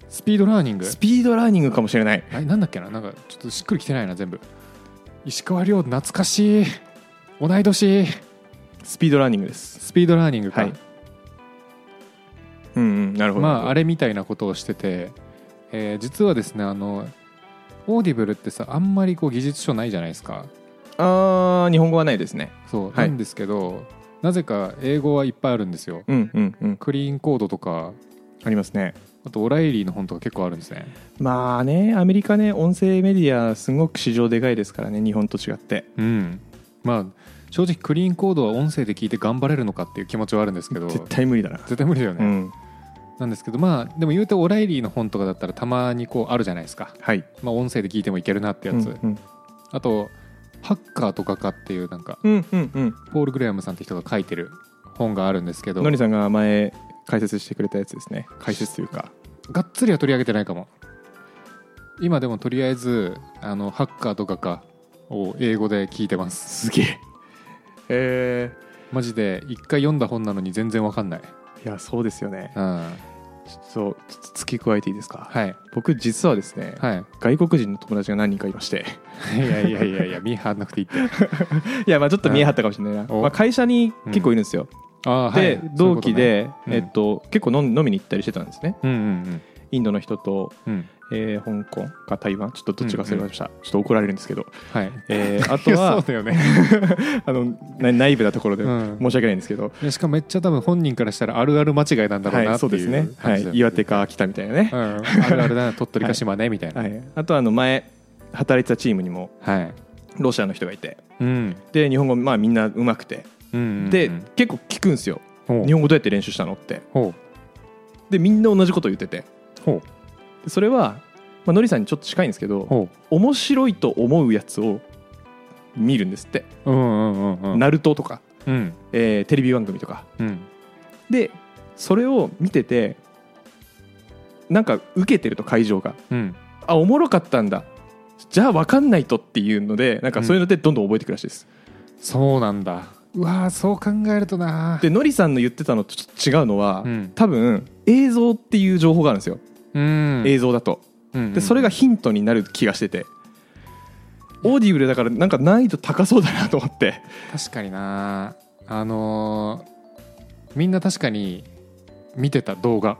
S2: スピードラーニング
S1: スピードラーニングかもしれない
S2: あれなんだっけななんかちょっとしっくりきてないな全部石川遼懐かしい同い年
S1: スピードラーニングです
S2: スピードラーニングか、
S1: はいうんうんなるほど
S2: まああ
S1: れ
S2: れみたいなことをしてて、えー実はですねあのオーディブルってさあんまりこう技術書ないじゃないですか
S1: あー日本語はないですね
S2: そう
S1: は
S2: ないんですけど、なぜか英語はいっぱいあるんですよ
S1: うんうんうん
S2: クリーンコードとか
S1: ありますね
S2: あとオライリーの本とか結構あるんですね
S1: まあねアメリカね音声メディアすごく市場でかいですからね日本と違って
S2: うんまあ正直クリーンコードは音声で聞いて頑張れるのかっていう気持ちはあるんですけど
S1: 絶対無理だな
S2: 絶対無理だよね、
S1: うん
S2: なんですけどまあでも言うてオライリーの本とかだったらたまにこうあるじゃないですか、
S1: はい
S2: まあ、音声で聞いてもいけるなってやつ、
S1: うん
S2: あと「ハッカーと画家」っていうなんか
S1: うんうんうん
S2: ポール・グレアムさんって人が書いてる本があるんですけ
S1: う
S2: ど
S1: んのりさんが前解説してくれたやつですね解説というか
S2: がっつりは取り上げてないかも今でもとりあえずあのハッカーと画家を英語で聞いてます
S1: すげええ
S2: マジで一回読んだ本なのに全然わかんない、
S1: ーいやそうですよね
S2: うん、は
S1: そうちょっと付け加えていいですか、
S2: い
S1: 僕実はですね、
S2: はい
S1: 外国人の友達が何人かいまして
S2: いやいやいやいや見張んなくていいって
S1: いやまあちょっと見え張ったかもしれないな、
S2: お
S1: まあ、会社に結構いるんですよ、
S2: あー
S1: で、
S2: はいそうい
S1: 同
S2: うこと
S1: 期で
S2: うん
S1: えっと、結構飲み飲みに行ったりしてたんですね
S2: ねうんうん
S1: インドの人と、
S2: うんうん
S1: えー香港か台湾ちょっとどっちか忘れました、ちょっと怒られるんですけど、
S2: はい
S1: え ーあ
S2: あ
S1: とは
S2: そうだよね、
S1: あのな内部なところで
S2: う
S1: 申
S2: ん
S1: し訳ないんですけど、
S2: で、しかもめっちゃ多分本人からしたらあるある間違いなんだろう
S1: は、
S2: ないって
S1: そうで
S2: い
S1: す
S2: う
S1: ね、は
S2: 感じだ
S1: い、岩手か秋田みたいなね、
S2: うんあるあるだな鳥取か島根みたいな
S1: はい、あとあの前働いてたチームにも
S2: はい、
S1: ロシアの人がいて
S2: うん
S1: で日本語まあみんな上手くて
S2: うんうんうん、
S1: で結構聞くんですよ
S2: ほう
S1: 日本語どうやって練習したのって
S2: ほ
S1: でみんな同じこと言ってて
S2: うほ
S1: でそれは、まあのりさんにちょっと近いんですけ
S2: う
S1: ど
S2: ほ
S1: 面白いと思うやつを見るんですって
S2: ううんうんう
S1: 「
S2: んうん
S1: ナルトとか、
S2: うん
S1: えーテレビ番組とか
S2: うん
S1: でそれを見ててなんか受けてると会場が
S2: うん
S1: あおもろかったんだじゃあ分かんないとっていうのでなんかそういうのでどんどん覚えていくらしいです、
S2: そうなんだうわーそう考えるとな
S1: でのりさんの言ってたのとちょっと違うのは、
S2: うん
S1: 多分映像っていう情報があるんですよ、
S2: うん
S1: 映像だとでそれがヒントになる気がしててオーディブルだからなんか難易度高そうだなと思って
S2: 確かになあのーみんな確かに見てた動画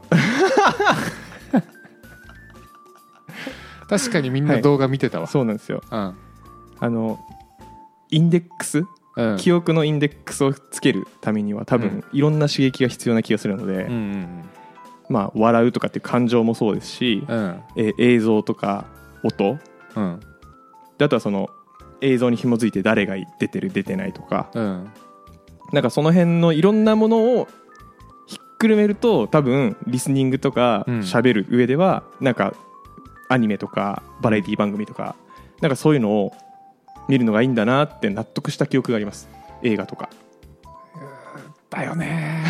S2: 確かにみんな動画見てたわ、
S1: そうなんですよ
S2: うん
S1: あのインデックス、
S2: うん
S1: 記憶のインデックスをつけるためには多分いろんな刺激が必要な気がするので、
S2: うんうん
S1: まあ笑うとかっていう感情もそうですし、
S2: うん
S1: えー映像とか音
S2: うん
S1: であとはその映像に紐づいて誰が出てる出てないとか
S2: うん
S1: なんかその辺のいろんなものをひっくるめると多分リスニングとか
S2: うん
S1: 喋る上ではなんかアニメとかバラエティ番組とかなんかそういうのを見るのがいいんだなって納得した記憶があります映画とか、
S2: だよね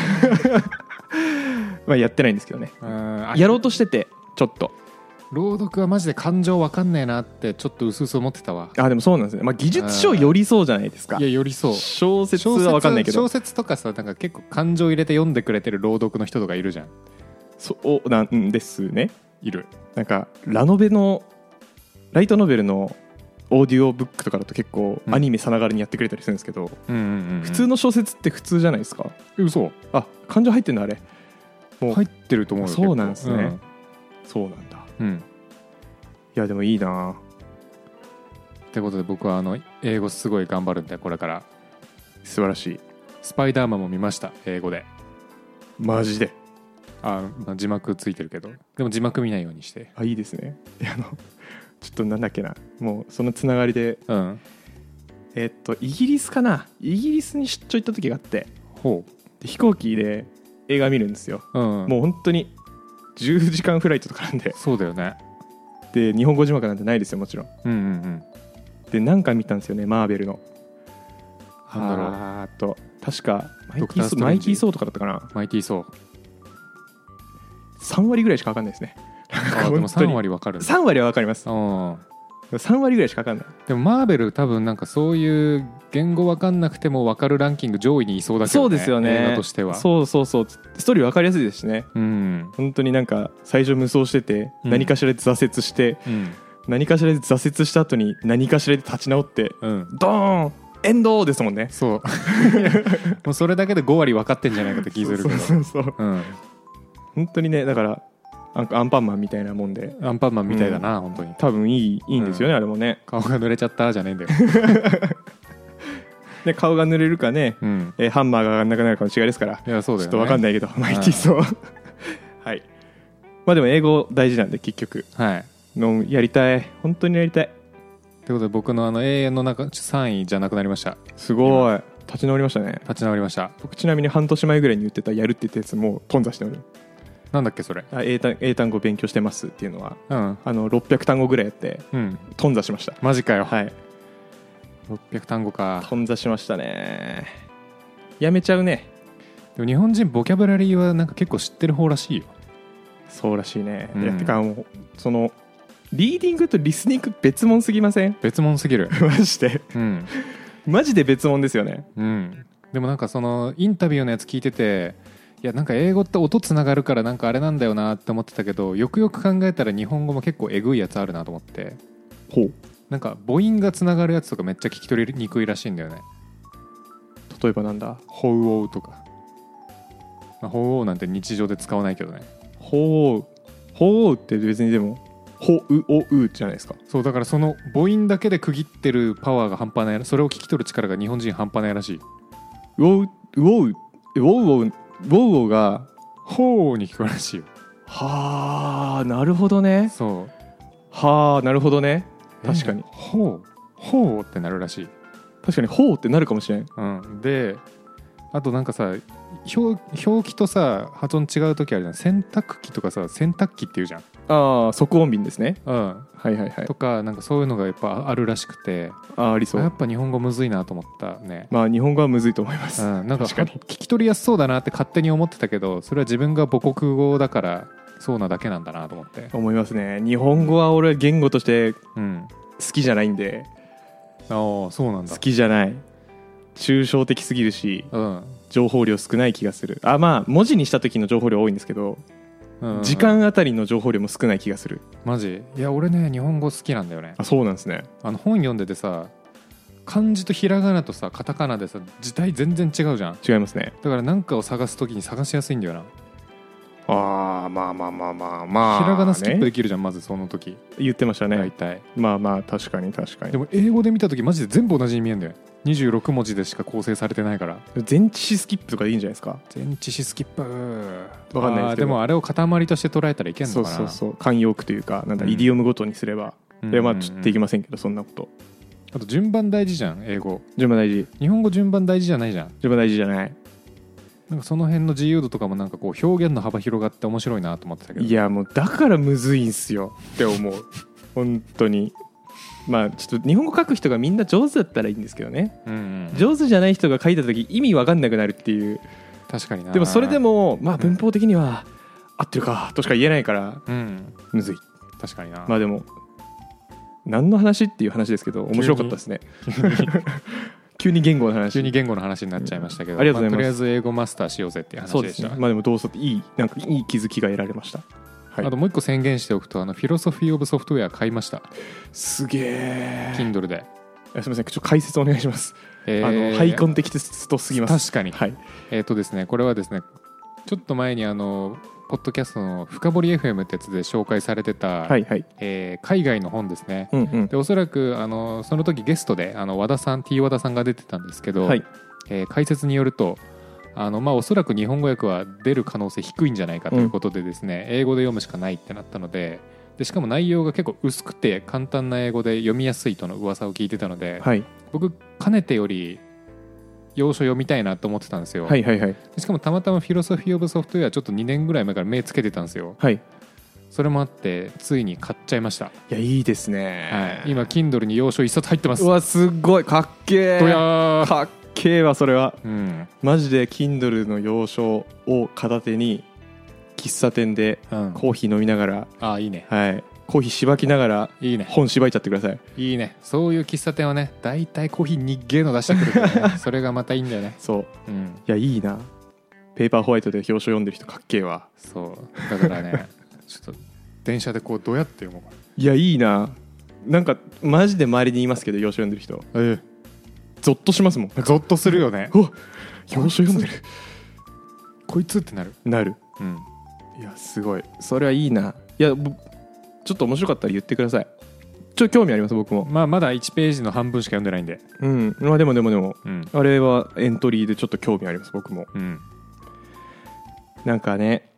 S1: まあ、やってないんですけどね
S2: ーうんあ
S1: やろうとしててちょっと
S2: 朗読はマジで感情わかんねえなってちょっと薄々思ってたわ
S1: あでもそうなんですね、まあ、技術書よりそうじゃないですか
S2: いや寄りそう
S1: 小説は分かんないけど
S2: 小説とかさなんか結構感情入れて読んでくれてる朗読の人とかいるじゃん
S1: そうなんですね
S2: いる
S1: なんかラノベのライトノベルのオーディオブックとかだと結構
S2: うん
S1: アニメさながらにやってくれたりするんですけど、
S2: うんうん、うん、
S1: 普通の小説って普通じゃないですか
S2: え嘘
S1: あ感情入ってんだあれもう、
S2: 入ってると思うよ
S1: そうなんですね、そうなんだ
S2: 結構うんうん
S1: いやでもいいな
S2: ってことで僕はあの英語すごい頑張るんでこれから
S1: 素晴らしい
S2: スパイダーマンも見ました英語で
S1: マジで
S2: あ、まあ、字幕ついてるけどでも字幕見ないようにして
S1: あいいですねいやあのちょっとなんだっけなもうそのつながりで
S2: うん
S1: えっとイギリスかなイギリスに出張行った時があって
S2: ほ
S1: で飛行機で映画見るんですよ、
S2: ううん
S1: もう本当に10時間フライトとかなんで
S2: そうだよね
S1: で日本語字幕なんてないですよもちろん
S2: うんうんうん
S1: で何回見たんですよねマーベルの
S2: なんだろう
S1: あーっと確かマイ
S2: ドク
S1: キ
S2: タ
S1: ー
S2: ー
S1: ソー
S2: ストレンジ
S1: マイキーソーとかだったかな
S2: マイティーソー
S1: 3割ぐらいしか分かんないですね
S2: あでも3割わかるんだ
S1: 3割は分かります
S2: うん
S1: 3割ぐらいしか分かんない
S2: でもマーベル多分なんかそういう言語わかんなくてもわかるランキング上位にいそうだけど、ね、
S1: そうですよね
S2: 映画としては
S1: そうそうそうストーリー分かりやすいですしね
S2: うん、
S1: 本当になんか最初無双してて
S2: うん
S1: 何かしらで挫折して、
S2: うん
S1: 何かしらで挫折した後に何かしらで立ち直って
S2: うん、
S1: ドーンエンドですもんね
S2: そう もうそれだけで5割分かってんじゃないかって気するけど
S1: そうそうそうそう
S2: うん、
S1: 本当にねだからアンアンパンマンみたいなもんで
S2: アンパンマンみたいだな、本当に
S1: 多分いいいいんですよね、あれもね
S2: 顔が濡れちゃったじゃねえんだよ、
S1: で顔が濡れるかね、
S2: うん、
S1: えーハンマーが上がんなくなるかの違いですから、
S2: いやそうだ
S1: ち
S2: よ、
S1: ょっと分
S2: ね、
S1: かん
S2: な
S1: ないけどマイティーソー はいまあでも英語大事なんで結局
S2: い、はい、
S1: のやりたい本当にやりたい
S2: ということで僕のあの永遠の中3位じゃなくなりました
S1: すごい立ち直りましたね
S2: 立ち直りました
S1: 僕ちなみに半年前ぐらいに言ってたやるって言ったやつもう頓挫しておる
S2: なんだっけそれ
S1: あ英単英単語勉強してますっていうのは
S2: うん
S1: あの600単語ぐらいやって
S2: うん
S1: 頓挫しました
S2: マジかよ、
S1: はい
S2: 600単語か
S1: 頓挫しましたねやめちゃうね
S2: でも日本人ボキャブラリーはなんか結構知ってる方らしいよ
S1: そうらしいね、
S2: うん
S1: いやてかもうそのリーディングとリスニング別物すぎませ ん
S2: 別物すぎる
S1: マジで
S2: うん
S1: マジで別物ですよね
S2: うん、でもなんかそのインタビューのやつ聞いてていやなんか英語って音つながるからなんかあれなんだよなって思ってたけどよくよく考えたら日本語も結構えぐいやつあるなと思って
S1: ほう
S2: なんか母音がつながるやつとかめっちゃ聞き取りにくいらしいんだよね
S1: 例えばなんだ
S2: 「ほうおう」とか「まあ、ほうおう」なんて日常で使わないけどね
S1: ほうほうって別にでもほうおうじゃないですか
S2: そうだからその母音だけで区切ってるパワーが半端ないそれを聞き取る力が日本人半端ないらしいう
S1: おううおううおうおううおうおうが
S2: 「ほう」に聞こえるらしいよ
S1: はあなるほどね
S2: そう
S1: はあなるほどね確かに
S2: えほう」「ほう」ってなるらしい
S1: 確かにほうってなるかもしれん
S2: うん、であとなんかさ表表記とさ発音違う時あるじゃん洗濯機とかさ洗濯機っていうじゃん、
S1: ああ即音便ですね
S2: うん、
S1: はいはいはい
S2: とかなんかそういうのがやっぱあるらしくて
S1: あーあり
S2: あ
S1: そ
S2: や
S1: う
S2: っぱ日本語むずいなと思ったね、
S1: まあ日本語はむずいと思います、
S2: うん、なんか
S1: 確かに
S2: 聞き取りやすそうだなって勝手に思ってたけどそれは自分が母国語だからそうなだけなんだなと思って、
S1: 思いますね日本語は俺言語として好
S2: うん、
S1: きじゃないんで
S2: ああそうなんだ
S1: 好きじゃない抽象的すぎるし
S2: うん
S1: 情報量少ない気がするあまあ文字にした時の情報量多いんですけど
S2: うん
S1: 時間あたりの情報量も少ない気がする
S2: マジいや俺ね日本語好きなんだよね
S1: あそうなんですね
S2: あの本読んでてさ漢字とひらがなとさカタカナでさ字体全然違うじゃん
S1: 違いますね
S2: だから何かを探す時に探しやすいんだよな
S1: ああまあまあまあまあまあ
S2: ひらがなスキップ
S1: ね
S2: できるじゃんまずその時
S1: 言ってましたね、
S2: 大体
S1: まあまあ確かに確か
S2: で
S1: に
S2: も英語で見た時マジで全部同じに見えるんだよ26文字でしか構成されてないから
S1: 前置詞スキップとかでいいんじゃないですか
S2: 全知識スキップ
S1: わかんないですけど
S2: あーでもあれを塊として捉えたらいけんの
S1: そ
S2: か
S1: う
S2: な
S1: そうそう慣用句というかなんだ、
S2: うん
S1: イディオムごとにすれば
S2: うんうんうん
S1: いやまあちょっとできませんけどそんなこと
S2: あと順番大事じゃん英語
S1: 順番大事
S2: 日本語順番大事じゃないじゃん
S1: 順番大事じゃない
S2: なんかその辺の自由度とかもなんかこう表現の幅広がって面白いなと思ってたけど
S1: いやもうだからむずいんすよって思う本当にまあちょっと日本語書く人がみんな上手だったらいいんですけどね
S2: うんうん
S1: 上手じゃない人が書いた時意味わかんなくなるっていう
S2: 確かにな
S1: でもそれでもまあ
S2: うん
S1: 文法的には合ってるかとしか言えないから
S2: うん
S1: むずい
S2: 確かにな、
S1: まあでも何の話っていう話ですけど面白かったですね急に言語の話
S2: 急に言語の話になっちゃいましたけど、
S1: ありがとうございます
S2: あとりあえず英語マスターしようぜっていう
S1: そ
S2: 話
S1: う
S2: で
S1: で
S2: し
S1: す
S2: た
S1: ねまあでもどうぞっていいなんかいい気づきが得られましたはい
S2: あともう一個宣言しておくとあのフィロソフィー・オブ・ソフトウェア買いました
S1: すげえ
S2: Kindle で、
S1: えすみませんちょっと解説お願いします、
S2: え
S1: あ
S2: ー
S1: のハイコン的とすぎます
S2: 確かに
S1: はい
S2: えっ、とですねこれはですねちょっと前にあのポッドキャストの「深掘り FM」ってやつで紹介されてた、
S1: はいはい
S2: えー海外の本ですね
S1: うんうん
S2: でおそらくあのその時ゲストであの和田さん T 和田さんが出てたんですけど、
S1: はい
S2: えー解説によるとあの、まあ、おそらく日本語訳は出る可能性低いんじゃないかということでですね、英語で読むしかないってなったのででしかも内容が結構薄くて簡単な英語で読みやすいとの噂を聞いてたので、
S1: はい
S2: 僕かねてより要所読みたいなと思ってたんですよ、
S1: はいはいはい
S2: でしかもたまたま「フィロソフィー・オブ・ソフトウェア」ちょっと2年ぐらい前から目つけてたんですよ
S1: はいい
S2: それもあってついに買っちゃいました、
S1: やいいですね
S2: はい、今 Kindle に要所一冊入ってます
S1: うわすごいかっけ
S2: どや
S1: え
S2: ー
S1: かっけえわそれは
S2: うん
S1: マジで Kindle の要所を片手に喫茶店で
S2: うん、
S1: コーヒー飲みながら
S2: ああいいね
S1: はいコーヒーしばきながら
S2: いいね
S1: 本しばいちゃってください
S2: いいねそういう喫茶店はね大体コーヒーにっげーの出してくるから ねそれがまたいいんだよね
S1: そう
S2: うん
S1: いやいいなペーパーホワイトで表紙読んでる人かっけえわ
S2: そうだから ねちょっと電車でこうどうやって読もうか
S1: いやいいななんかマジで周りにいますけど表紙読んでる人
S2: え
S1: ゾッとしますもん
S2: ゾッとするよ ね
S1: お表紙読んでる
S2: こいつってなる
S1: なる
S2: うん
S1: いやすごいそれはいいないやぼちょっと面白かったら言ってくださいちょっと興味あります僕も
S2: まあまだ1ページの半分しか読んでないんで
S1: うんまあでもでもでも
S2: うん
S1: あれはエントリーでちょっと興味あります僕も
S2: うん
S1: なんかね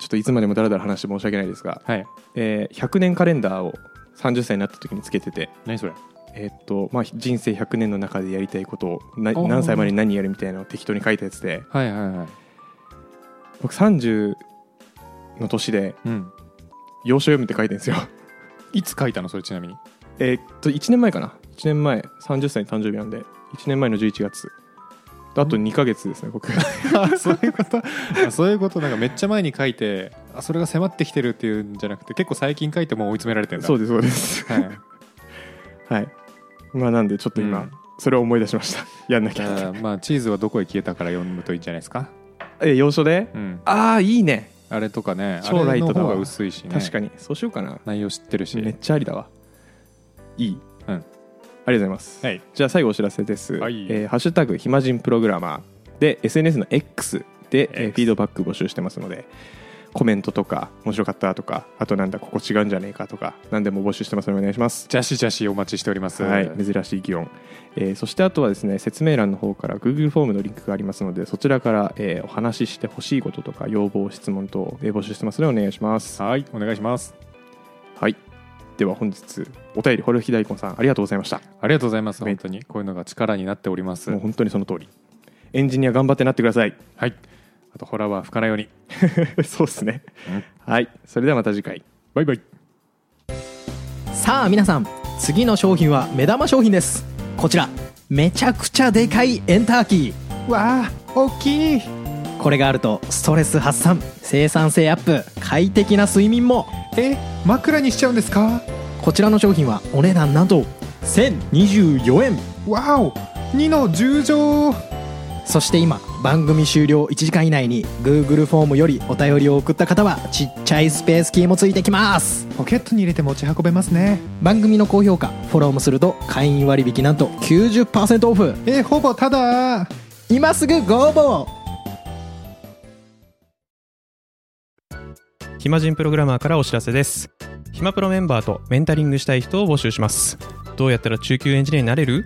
S1: ちょっといつまでもだらだら話して申し訳ないですが、
S2: はい
S1: えー100年カレンダーを30歳になった時につけてて
S2: 何それ
S1: えっとまあ、人生100年の中でやりたいことをな
S2: ー
S1: 何歳までに何やるみたいなのを適当に書いたやつで
S2: はいはいはい
S1: 僕30の年で
S2: うん
S1: 要所読むって書いてるんですよ
S2: いつ書いたのそれちなみに
S1: えっと1年前かな1年前30歳の誕生日なんで1年前の11月あと2ヶ月ですね僕
S2: あ そういうことあそういうことなんかめっちゃ前に書いてあそれが迫ってきてるっていうんじゃなくて結構最近書いてもう追い詰められてんだ
S1: そう
S2: う
S1: ですそう です
S2: はい
S1: はいまあなんでちょっと今、
S2: うん
S1: それを思い出しました やんなき
S2: じ
S1: ゃ
S2: ゃあまあチーズはどこへ消えたから読むといいんじゃないですか、
S1: え要所で
S2: うん、
S1: ああいいね
S2: あれとかねあ
S1: 超ラ
S2: れ
S1: イ
S2: の
S1: トだ
S2: 方
S1: わ
S2: が薄いしね
S1: 確か
S2: に
S1: にそうしようかな
S2: 内容知ってるし
S1: めっちゃありだわいい、
S2: うん
S1: ありがとうございます、
S2: はい
S1: じゃあ最後お知らせです「
S2: はい
S1: えーハッシュタグ暇人プログラマー」で SNS の X で、えー
S2: X
S1: フィードバック募集してますのでコメントとか面白かったとかあとなんだここ違うんじゃねえかとか何でも募集してますのでお願いします
S2: じゃしじゃしお待ちしております
S1: はい、珍しい擬音、えーそしてあとはですね説明欄の方から Google フォームのリンクがありますのでそちらから、えーお話ししてほしいこととか要望質問等をえー募集してますのでお願いします
S2: はいお願いします
S1: はい。では本日お便りホルヒ大根さんありがとうございました。
S2: ありがとうございます
S1: め
S2: 本当にこういうのが力になっております
S1: もう本当にその通り。エンジニア頑張ってなってください。
S2: はいあとホラーは吹かないように
S1: そうですね。はい。それではまた次回。
S2: バイバイ
S3: さあ皆さん次の商品は目玉商品ですこちらめちゃくちゃでかいエンターキー
S2: わあ大きい
S3: これがあるとストレス発散生産性アップ快適な睡眠も
S2: え枕にしちゃうんですか
S3: こちらの商品はお値段なんと1024円
S2: わお2の10乗
S3: そして今番組終了1時間以内に Google フォームよりお便りを送った方はちっちゃいスペースキーもついてきます
S2: ポケットに入れて持ち運べますね
S3: 番組の高評価フォローもすると会員割引なんと90%オフ
S2: えほぼただ
S3: 今すぐご応募を
S1: 暇人プログラマーからお知らせです暇プロメンバーとメンタリングしたい人を募集しますどうやったら中級エンジニアになれる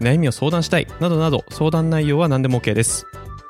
S1: 悩みを相談したいなどなど相談内容は何でも OK です